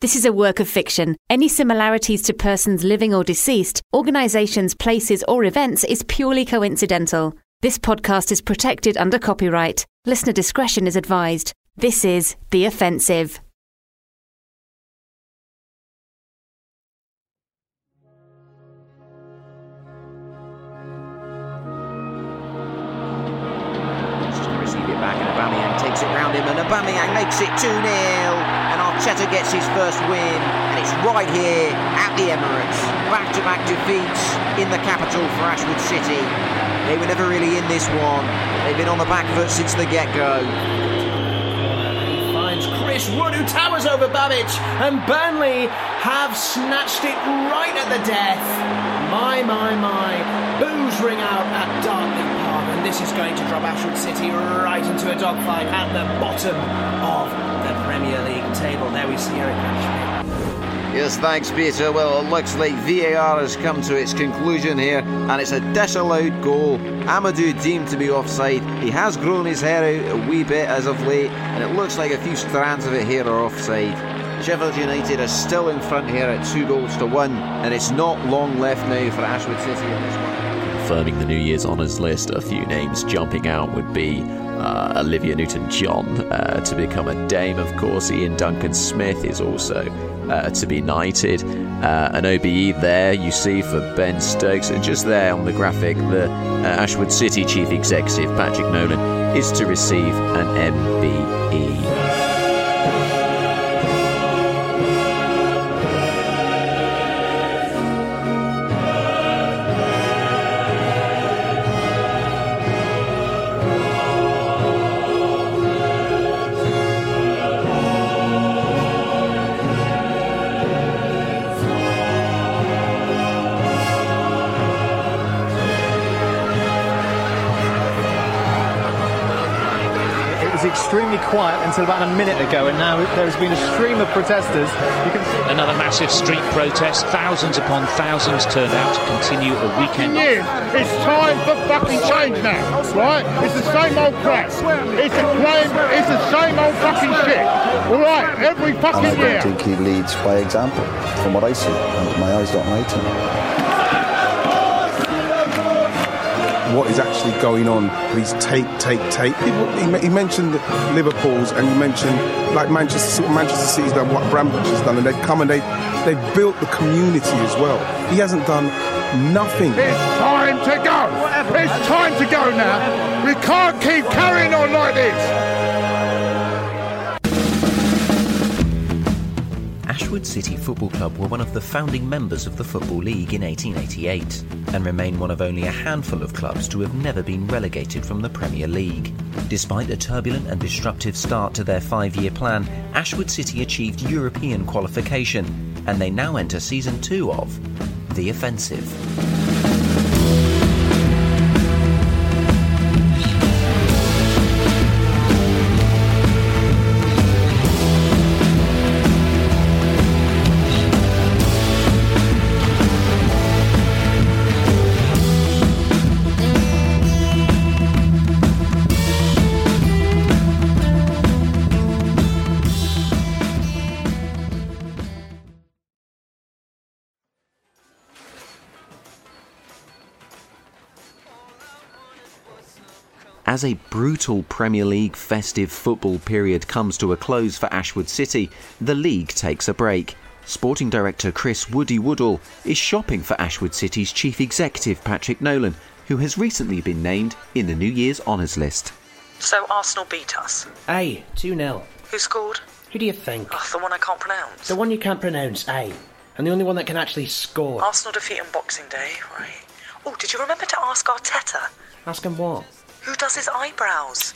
This is a work of fiction. Any similarities to persons living or deceased, organisations, places, or events is purely coincidental. This podcast is protected under copyright. Listener discretion is advised. This is The Offensive. Just going to receive it back, and Aubameyang takes it round him, and Aubameyang makes it 2 0. And Arteta gets his first win, and it's right here at the Emirates. Back to back defeats in the capital for Ashwood City. They were never really in this one, they've been on the back foot since the get go. He finds Chris Wood who towers over Babbage, and Burnley have snatched it right at the death. My, my, my. Boos ring out at Dartford Park, and this is going to drop Ashwood City right into a dogfight at the bottom of the Premier League table. There we see Eric Ashby. Yes, thanks, Peter. Well, it looks like VAR has come to its conclusion here, and it's a disallowed goal. Amadou deemed to be offside. He has grown his hair out a wee bit as of late, and it looks like a few strands of it here are offside. Sheffield United are still in front here at two goals to one, and it's not long left now for Ashwood City in this one. confirming the New Year's honours list, a few names jumping out would be uh, Olivia Newton John uh, to become a dame, of course. Ian Duncan Smith is also uh, to be knighted. Uh, an OBE there, you see, for Ben Stokes. And just there on the graphic, the uh, Ashwood City Chief Executive, Patrick Nolan, is to receive an E. MBE. It was extremely quiet until about a minute ago, and now there's been a stream of protesters. You can see Another massive street protest. Thousands upon thousands turned out to continue a weekend. fucking years. It's time for fucking change now, right? It's the same old crap. It's the same, it's the same old fucking shit. All right, every And I fucking year. don't think he leads by example, from what I see. And My eyes don't lie to me. what is actually going on with these take, take, take. People, he, he mentioned Liverpool's and he mentioned like Manchester, Manchester City's done what Bramwich has done, and they've come and they they've built the community as well. He hasn't done nothing. It's time to go. It's time to go now. We can't keep carrying on like this. Ashwood City Football Club were one of the founding members of the Football League in 1888 and remain one of only a handful of clubs to have never been relegated from the Premier League. Despite a turbulent and disruptive start to their five year plan, Ashwood City achieved European qualification and they now enter season two of The Offensive. As a brutal Premier League festive football period comes to a close for Ashwood City, the league takes a break. Sporting director Chris Woody Woodall is shopping for Ashwood City's chief executive Patrick Nolan, who has recently been named in the New Year's honours list. So Arsenal beat us. A. 2 0. Who scored? Who do you think? Oh, the one I can't pronounce. The one you can't pronounce, A. And the only one that can actually score. Arsenal defeat on Boxing Day, right? Oh, did you remember to ask Arteta? Ask him what? Who does his eyebrows?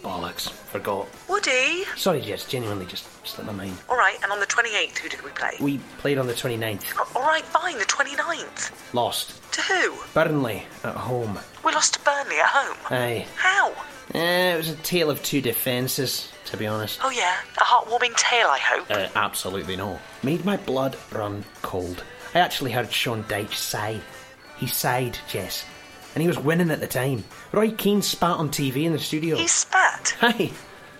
Bollocks. Forgot. Woody? Sorry, Jess. Genuinely just slipped my mind. Alright, and on the 28th, who did we play? We played on the 29th. Alright, fine, the 29th. Lost. To who? Burnley at home. We lost to Burnley at home. Aye. How? Eh, it was a tale of two defences, to be honest. Oh, yeah. A heartwarming tale, I hope. Uh, absolutely no. Made my blood run cold. I actually heard Sean Dyche sigh. He sighed, Jess. And he was winning at the time. Roy Keane spat on TV in the studio. He spat? Aye.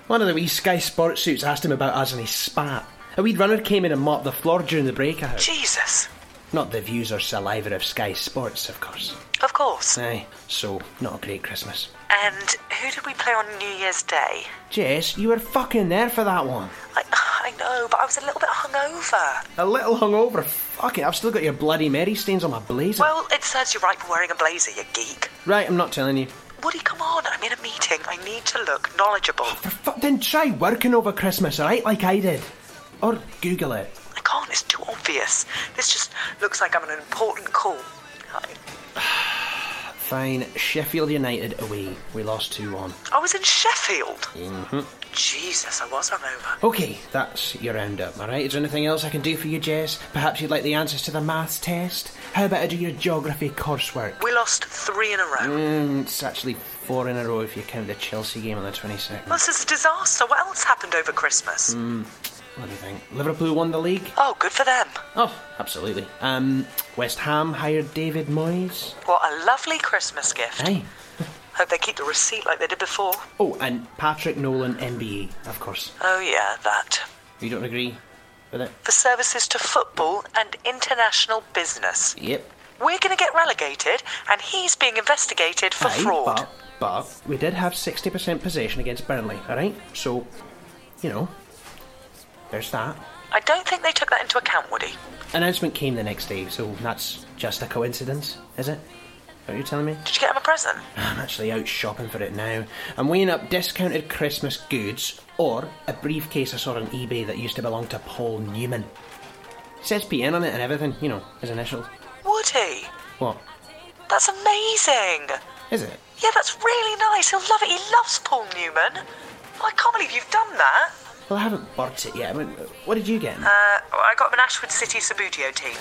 One of the wee Sky Sports suits asked him about us and he spat. A wee runner came in and mopped the floor during the break, I heard. Jesus. Not the views or saliva of Sky Sports, of course. Of course. Aye. So, not a great Christmas. And who did we play on New Year's Day? Jess, you were fucking there for that one. I, I know, but I was a little bit hungover. A little hungover. Fuck it, I've still got your bloody Mary stains on my blazer. Well, it serves you right for wearing a blazer, you geek. Right, I'm not telling you. Woody, come on, I'm in a meeting. I need to look knowledgeable. For fuck, then try working over Christmas, alright, like I did. Or Google it. I can't, it's too obvious. This just looks like I'm on an important call. I, Fine, Sheffield United away. We lost 2 1. I was in Sheffield. Mm-hmm. Jesus, I was hungover. Okay, that's your roundup, alright? Is there anything else I can do for you, Jess? Perhaps you'd like the answers to the maths test? How about I do your geography coursework? We lost three in a row. Mm, it's actually four in a row if you count the Chelsea game on the 22nd. Well, this is a disaster. What else happened over Christmas? Mm, what do you think? Liverpool won the league? Oh, good for them. Oh, absolutely. Um, West Ham hired David Moyes. What a lovely Christmas gift. Hey. Hope they keep the receipt like they did before. Oh, and Patrick Nolan, MBE, of course. Oh, yeah, that. You don't agree with it? For services to football and international business. Yep. We're going to get relegated, and he's being investigated for Aye, fraud. But, but we did have 60% possession against Burnley, alright? So, you know, there's that. I don't think they took that into account, Woody. Announcement came the next day, so that's just a coincidence, is it? Are you telling me? Did you get him a present? I'm actually out shopping for it now. I'm weighing up discounted Christmas goods or a briefcase I saw on eBay that used to belong to Paul Newman. Says PN on it and everything, you know, his initials. Woody, What? that's amazing. Is it? Yeah, that's really nice. He'll love it. He loves Paul Newman. Oh, I can't believe you've done that. Well, I haven't bought it yet. I mean, what did you get? Uh, I got him an Ashwood City Sabudio tea.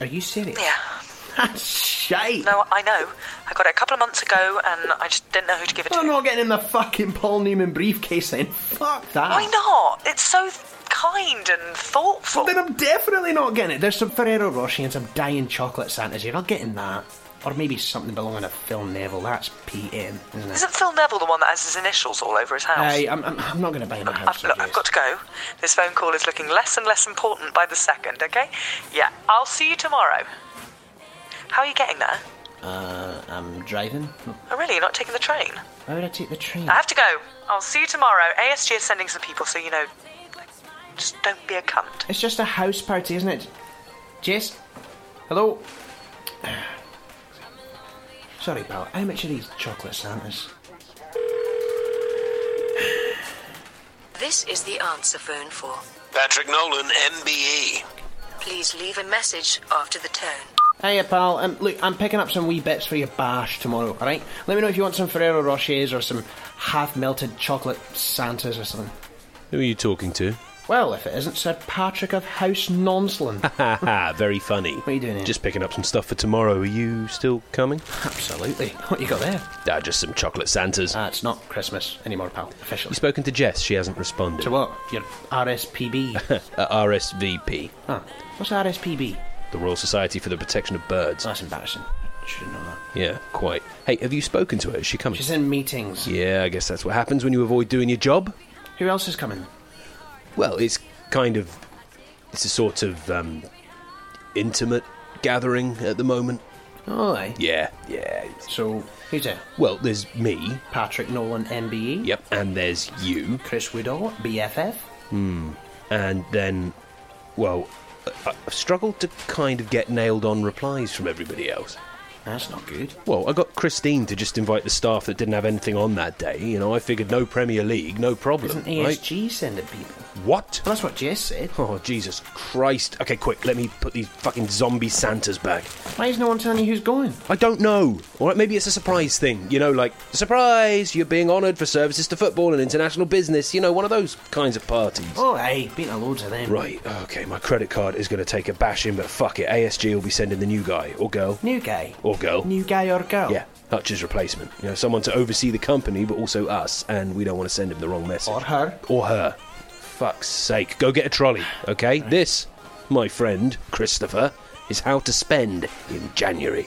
Are you serious? Yeah. That's shite. No, I know. I got it a couple of months ago, and I just didn't know who to give it to. I'm not getting in the fucking Paul Newman briefcase then. Fuck that. Why not? It's so kind and thoughtful. Then I'm definitely not getting it. There's some Ferrero Rocher and some dying chocolate Santas here. I'll get in that. Or maybe something belonging to Phil Neville. That's PM, isn't it? Isn't Phil Neville the one that has his initials all over his house? Hey, I'm, I'm, I'm not going to buy him a house. I've, look, I've got to go. This phone call is looking less and less important by the second, okay? Yeah, I'll see you tomorrow. How are you getting there? Uh, I'm driving. Oh, really? You're not taking the train? Why would I take the train? I have to go. I'll see you tomorrow. ASG is sending some people, so you know. Just don't be a cunt. It's just a house party, isn't it? Jess? Hello? Sorry, pal. How much are these chocolate Santas? This is the answer phone for. Patrick Nolan, MBE. Please leave a message after the tone. Hiya, pal. Um, look, I'm picking up some wee bits for your bash tomorrow, alright? Let me know if you want some Ferrero Rochers or some half melted chocolate Santas or something. Who are you talking to? Well, if it isn't Sir Patrick of House Nonsland. Ha ha, very funny. What are you doing here? Just picking up some stuff for tomorrow. Are you still coming? Absolutely. What you got there? Ah, just some chocolate Santas. Ah, it's not Christmas anymore, pal, officially. You spoken to Jess, she hasn't responded. To what? Your RSPB. Uh, RSVP, ah, what's RSPB? the Royal Society for the Protection of Birds. That's embarrassing. Should have known that. Yeah, quite. Hey, have you spoken to her? Is she coming? She's in meetings. Yeah, I guess that's what happens when you avoid doing your job. Who else is coming? Well, it's kind of. It's a sort of um, intimate gathering at the moment. Oh, aye. Yeah, yeah. So, who's there? Well, there's me. Patrick Nolan, MBE. Yep. And there's you. Chris Woodall, BFF. Hmm. And then, well, I- I've struggled to kind of get nailed on replies from everybody else. That's not good. Well, Oh, I got Christine to just invite the staff that didn't have anything on that day. You know, I figured no Premier League, no problem. Isn't right? ESG sending people? What? Well, that's what Jess said. Oh, Jesus Christ. Okay, quick, let me put these fucking zombie Santas back. Why is no one telling you who's going? I don't know. All right, maybe it's a surprise thing. You know, like, surprise, you're being honoured for services to football and international business. You know, one of those kinds of parties. Oh, hey, been to loads of them. Right, okay, my credit card is going to take a bashing, but fuck it. ASG will be sending the new guy, or girl, New gay. or girl. New gay or girl? Yeah, Hutch's replacement. You know, someone to oversee the company, but also us, and we don't want to send him the wrong message. Or her. Or her. Fuck's sake, go get a trolley, okay? This, my friend, Christopher, is how to spend in January.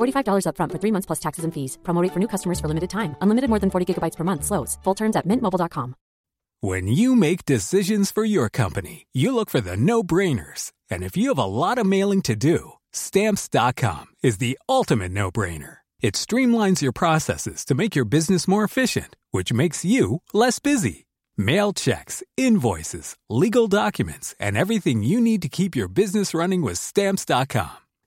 $45 upfront for three months plus taxes and fees. Promo rate for new customers for limited time. Unlimited more than 40 gigabytes per month. Slows. Full terms at mintmobile.com. When you make decisions for your company, you look for the no brainers. And if you have a lot of mailing to do, stamps.com is the ultimate no brainer. It streamlines your processes to make your business more efficient, which makes you less busy. Mail checks, invoices, legal documents, and everything you need to keep your business running with stamps.com.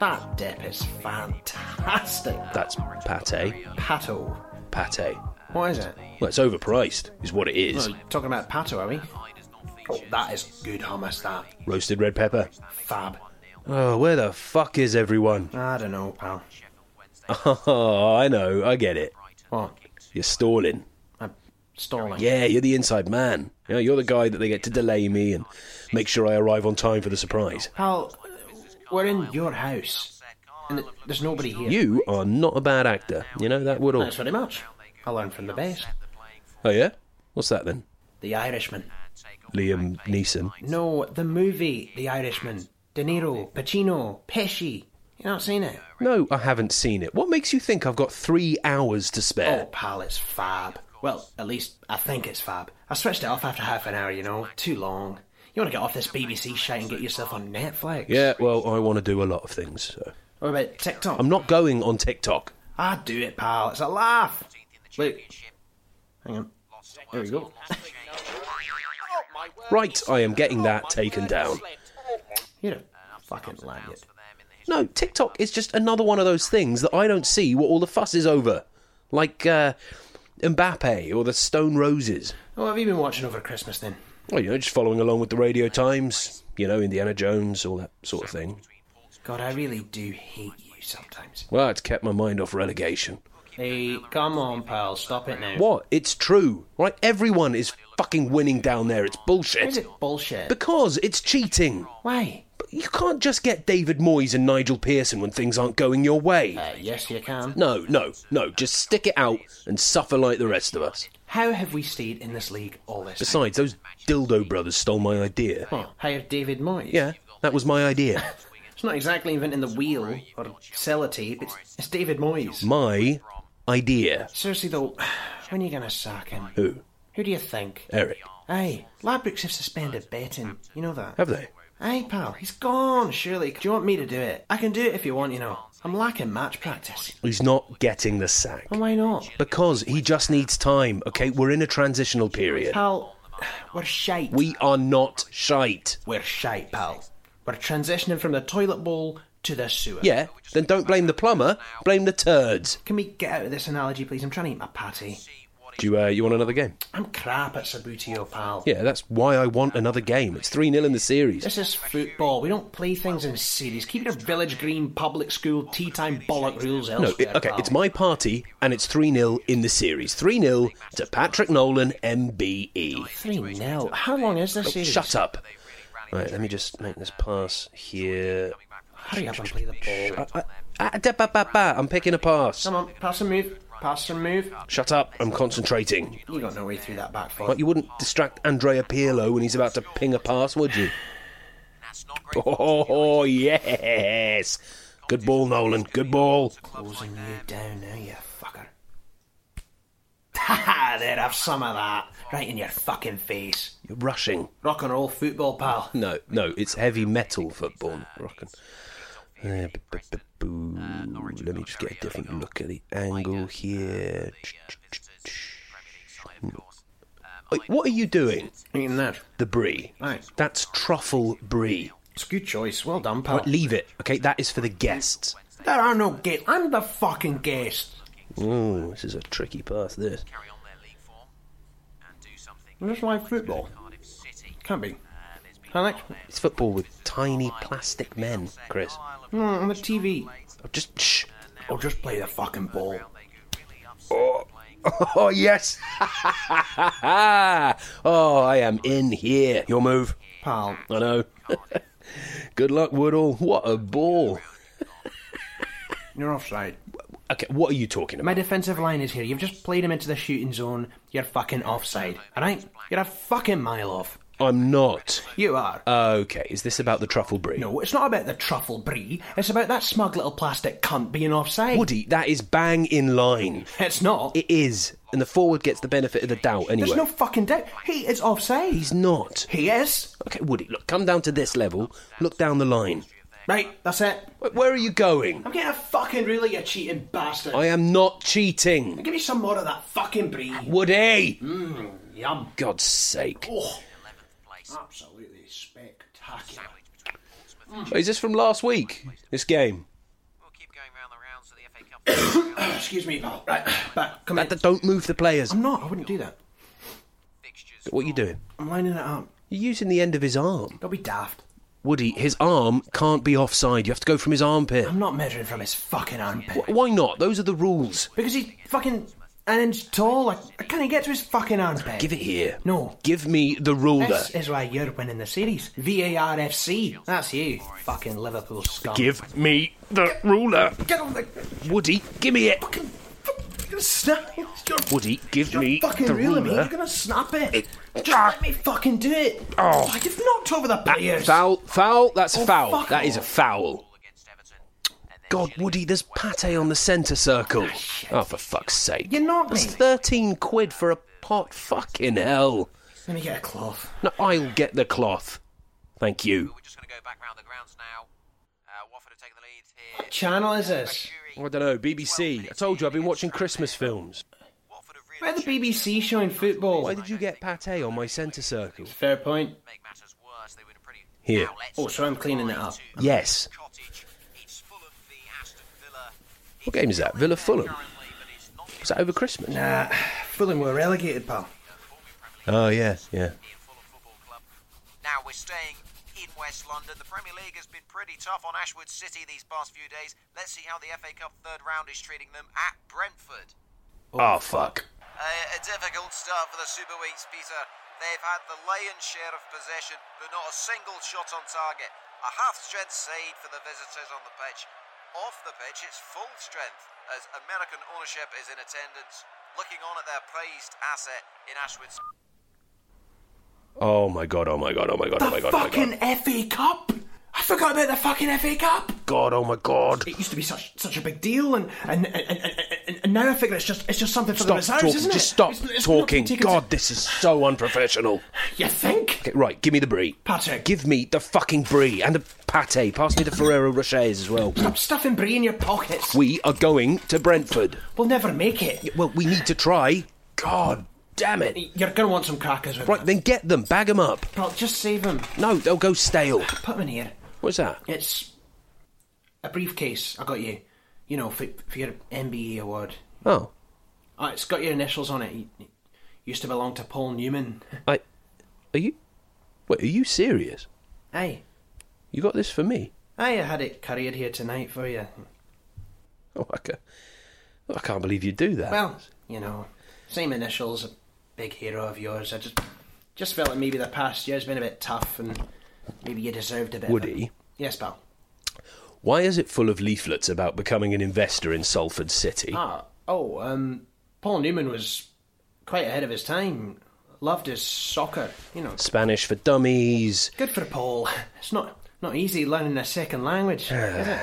That dip is fantastic. That's pate. Pato. Pate. What is it? Well, it's overpriced, is what it is. Well, talking about pato, are we? Oh, that is good hummus, that. Roasted red pepper. Fab. Oh, where the fuck is everyone? I don't know, pal. Oh, I know, I get it. What? You're stalling. I'm stalling. Yeah, you're the inside man. You know, you're the guy that they get to delay me and make sure I arrive on time for the surprise. Pal, we're in your house. And th- there's nobody here. You are not a bad actor. You know that would all. Thanks very much. I learned from the best. Oh yeah? What's that then? The Irishman. Liam Neeson. No, the movie The Irishman. De Niro, Pacino, Pesci. You not seen it? No, I haven't seen it. What makes you think I've got three hours to Oh, spare? pal, it's fab. Well, at least I think it's fab. I switched it off after half an hour, you know. Too long. You want to get off this BBC shit and get yourself on Netflix? Yeah, well, I want to do a lot of things. So. What about TikTok? I'm not going on TikTok. I do it, pal. It's a laugh. Look. Hang on. There we go. Right, I am getting that taken down. You're a fucking laggard. No, TikTok is just another one of those things that I don't see what all the fuss is over. Like uh, Mbappe or the Stone Roses. What Oh, have you been watching over Christmas then? Well, you know, just following along with the Radio Times, you know, Indiana Jones, all that sort of thing. God, I really do hate you sometimes. Well, it's kept my mind off relegation. Hey, come on, pal. Stop it now. What? It's true, right? Everyone is fucking winning down there. It's Is bullshit. it bullshit? Because it's cheating. Why? But you can't just get David Moyes and Nigel Pearson when things aren't going your way. Uh, yes, you can. No, no, no. Just stick it out and suffer like the rest of us. How have we stayed in this league all this time? Besides, those dildo brothers stole my idea. What, hired David Moyes? Yeah, that was my idea. It's not exactly inventing the wheel or sellotape. It's, it's David Moyes. My idea. Seriously though, when are you gonna sack him? Who? Who do you think? Eric. Hey, Labrooks have suspended betting. You know that. Have they? Hey, pal, he's gone. Surely. Do you want me to do it? I can do it if you want. You know, I'm lacking match practice. He's not getting the sack. And why not? Because he just needs time, okay? We're in a transitional period. Pal, we're shite. We are not shite. We're shite, pal. We're transitioning from the toilet bowl to the sewer. Yeah, then don't blame the plumber, blame the turds. Can we get out of this analogy, please? I'm trying to eat my patty. Do you, uh, you want another game? I'm crap at Sabutio, pal. Yeah, that's why I want another game. It's 3 0 in the series. This is football. We don't play things in series. Keep your village green public school tea time bollock rules No, elsewhere. it, okay, pal. it's my party, and it's 3 0 in the series. 3 0 to Patrick Nolan, E. MBE. 3 0. How long is this Oh, series? shut up. Right, let me just make this pass here. Hurry up and play the ball. I, I, da, ba, ba, ba, I'm picking a pass. Come on, pass and move. Pass and move. Shut up, I'm concentrating. You got no way through that back four. Like you wouldn't distract Andrea Pirlo when he's about to ping a pass, would you? Oh, yes. Good ball, Nolan. Good ball. Closing you down now, you fucker. Ha ha! There, have some of that. Right in your fucking face. You're rushing. Rock and roll football, pal. No, no, it's heavy metal football. Rockin'. Uh, b- b- b- boo. Let me just get a different look at the angle here. Ch- ch- ch- ch- Oi, What are you doing? Eating that. The brie. Right. That's truffle brie. It's a good choice. Well done, pal. Right, leave it. Okay, that is for the guests. There are no guests. I'm the fucking guest. Ooh, this is a tricky pass. This. Just like football. Can't be. Alex? It's football with tiny plastic men, Chris. No, on Mm, the TV. Oh, just shh. I'll just play the fucking ball. Oh, oh yes. oh, I am in here. Your move. Pal, I know. Good luck, Woodall. What a ball. you're offside. Okay, what are you talking My about? defensive line is here. You've just played him into the shooting zone. You're fucking offside. Alright? You're a fucking mile off. I'm not. You are. Uh, Okay, is this about the truffle brie? no, it's not about the truffle brie. It's about that smug little plastic cunt being offside. Woody, that is bang in line. It's not. It is. And the forward gets the benefit of the doubt anyway. There's no fucking doubt. He is offside. He's not. He is. Okay, Woody, look, come down to this level. Look down the line. Right, that's it. Wait, Where are you going? I'm getting a fucking ruler, you cheating bastard. I am not cheating. Give me some more of that fucking brie. Woody! Yum. God's sake. Oh. Absolutely spectacular. Is this from last week? This game? Excuse me, pal. Right, back. Come That, in. that- don't move the players. I'm not. I wouldn't do that. What are you doing? I'm lining it up. You're using the end of his arm. Don't be daft. Woody, his arm can't be offside. You have to go from his armpit. I'm not measuring from his fucking armpit. Wh- Why not? Those are the rules. Because he's fucking an inch tall. I, I can't get to his fucking armpit. Give it here. No. Give me the ruler. This is why you're winning the series. VARFC. That's you. Fucking Liverpool scum. Give me the ruler. Get on the Woody, give me it. fucking. You're gonna snap. You're, Woody, give you're me fucking the reeling me. ruler. You're gonna snap it. Just Ah. let me fucking do it. Oh. Like, you've knocked over the That- players. foul, foul, that's Oh, foul. fuck That is a off. foul. God, Woody, there's pate on the centre circle. Oh, for fuck's sake. You're not That's me. 13 quid for a pot. Fucking hell. Let me get a cloth. No, I'll get the cloth. Thank you. What channel is this? Oh, I don't know, BBC. I told you I've been watching Christmas films. Where the BBC showing football? Why did you get pate on my centre circle? Fair point. Here. Oh, so I'm cleaning it up. Yes. What game is that? Villa Fulham? Was that over Christmas? Nah, Fulham were relegated, pal. Oh, yeah, yeah. Now we're staying in West London. The Premier League has been pretty tough on Ashwood City these past few days. Let's see how the FA Cup third round is treating them at Brentford. Oh, fuck. Uh, a difficult start for the Super Weeks, Peter. They've had the lion's share of possession, but not a single shot on target. A half strength side for the visitors on the pitch. Off the pitch, it's full strength as American ownership is in attendance, looking on at their praised asset in Ashwood. Oh, my God, oh, my God, oh, my God, oh, my God, oh, my God. Fucking FA Cup! I forgot about the fucking FA Cup! God, oh, my God. It used to be such such a big deal, and and, and, and, and, and now I figure it's just it's just something for the reserves, Stop talking. isn't it? Just stop It's- it's not talking. taken- God, this is so unprofessional. You think? Okay, right, give me the brie. Patrick. Give me the fucking brie and the pate. Pass me the Ferrero Rochers as well. Stop stuffing brie in your pockets. We are going to Brentford. We'll never make it. Well, we need to try. God damn it. You're gonna want some crackers, with Right, then get them. Bag them up. Bro, just save them. No, they'll go stale. Put them in here. What's that? It's a briefcase. I got you. You know, for, for your MBE award. Oh, Oh, it's got your initials on it. It used to belong to Paul Newman. I. Are you. Wait, are you serious? Aye. You got this for me? Aye, I had it carried here tonight for you. Oh, I can't, I can't believe you do that. Well, you know, same initials, a big hero of yours. I just just felt like maybe the past year's been a bit tough and maybe you deserved a bit. of it. Woody, Yes, pal. why is it full of leaflets about becoming an investor in Salford City? Ah, oh, um, Paul Newman was quite ahead of his time. Loved his soccer, you know. Spanish for dummies. Good for Paul. It's not not easy learning a second language, is it?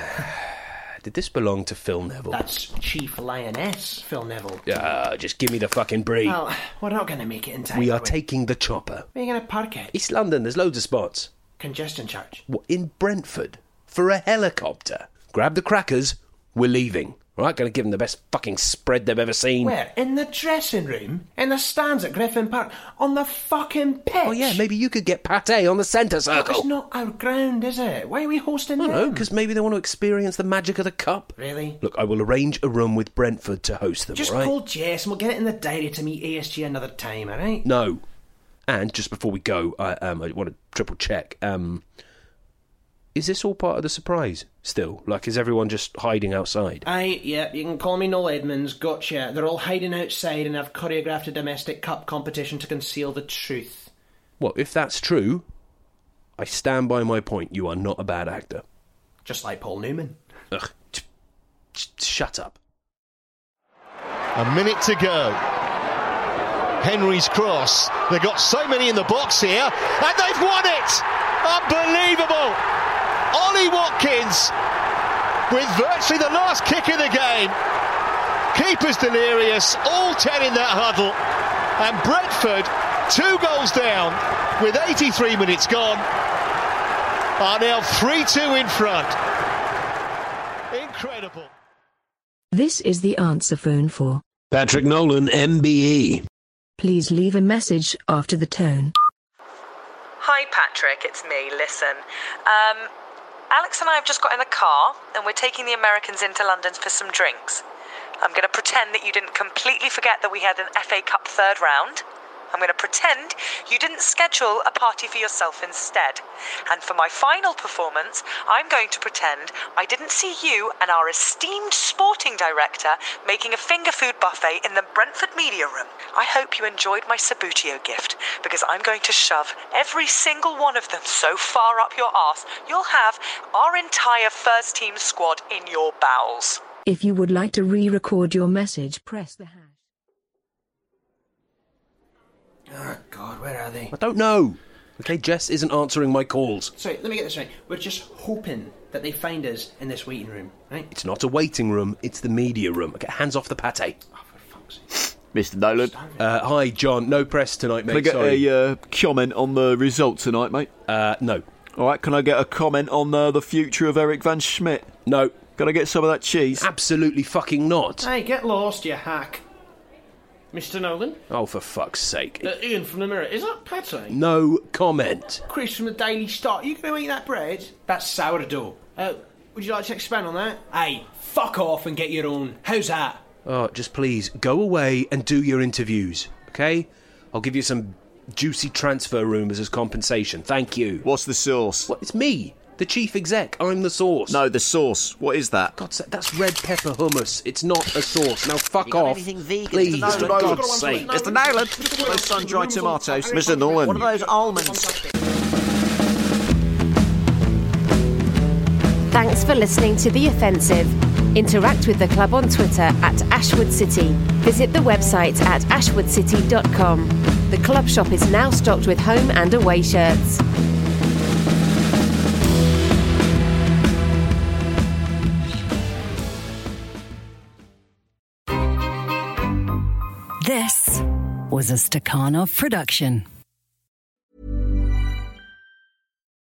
Did this belong to Phil Neville? That's Chief Lioness Phil Neville. Ah, just give me the fucking brie. Well, we're not going to make it in time. we are we? taking the chopper. Where are you going to park it? East London, there's loads of spots. Congestion charge. What, in Brentford? For a helicopter. Grab the crackers, we're leaving. Right, gonna give them the best fucking spread they've ever seen. Where? In the dressing room? In the stands at Griffin Park? On the fucking pitch? Oh yeah, maybe you could get pate on the centre It's circle. not our ground, is it? Why are we hosting I don't know, them? because maybe they want to experience the magic of the cup. Really? Look, I will arrange a room with Brentford to host them, Just all right? call Jess and we'll get it in the diary to meet ASG another time, alright? No. And just before we go, I um I want to triple check. Um is this all part of the surprise still? Like is everyone just hiding outside? Aye, yeah, you can call me Noel Edmonds, gotcha. They're all hiding outside and I've choreographed a domestic cup competition to conceal the truth. Well, if that's true, I stand by my point. You are not a bad actor. Just like Paul Newman. Ugh. T- t- shut up. A minute to go. Henry's cross. They've got so many in the box here, and they've won it! Unbelievable! Ollie Watkins with virtually the last kick of the game. Keeper's delirious, all 10 in that huddle. And Brentford, two goals down with 83 minutes gone, are now 3 2 in front. Incredible. This is the answer phone for. Patrick Nolan, E. MBE. Please leave a message after the tone. Hi, Patrick. It's me. Listen. Um, Alex and I have just got in the car and we're taking the Americans into London for some drinks. I'm going to pretend that you didn't completely forget that we had an FA Cup third round. I'm going to pretend you didn't schedule a party for yourself instead. And for my final performance, I'm going to pretend I didn't see you and our esteemed sporting director making a finger food buffet in the Brentford media room. I hope you enjoyed my Sabutio gift because I'm going to shove every single one of them so far up your arse, you'll have our entire first team squad in your bowels. If you would like to re record your message, press the hash. Oh god, where are they? I don't know. Okay, Jess isn't answering my calls. Sorry, let me get this right. We're just hoping that they find us in this waiting room, right? It's not a waiting room, it's the media room. Okay, hands off the pate. Mr. Nolan. Uh, hi, John. No press tonight, mate. Can I get Sorry. a uh, comment on the result tonight, mate? Uh, no. All right. Can I get a comment on uh, the future of Eric Van Schmidt? No. Can I get some of that cheese? Absolutely fucking not. Hey, get lost, you hack. Mr. Nolan? Oh, for fuck's sake. Uh, Ian from the Mirror, is that pate? No comment. Chris from the Daily Star, you going to eat that bread? That's sourdough. Uh, would you like to expand on that? Hey, fuck off and get your own. How's that? Oh, just please go away and do your interviews, okay? I'll give you some juicy transfer rumours as compensation. Thank you. What's the source? What, it's me, the chief exec. I'm the source. No, the sauce. What is that? God's sake, that's red pepper hummus. It's not a sauce. Now fuck off. please, Mr. for Nolan. God's sake. Mr. Nolan. Those sun-dried tomatoes. Mr. Nolan. What are those almonds? Thanks for listening to The Offensive. Interact with the club on Twitter at Ashwood City. Visit the website at ashwoodcity.com. The club shop is now stocked with home and away shirts. This was a Stakhanov production.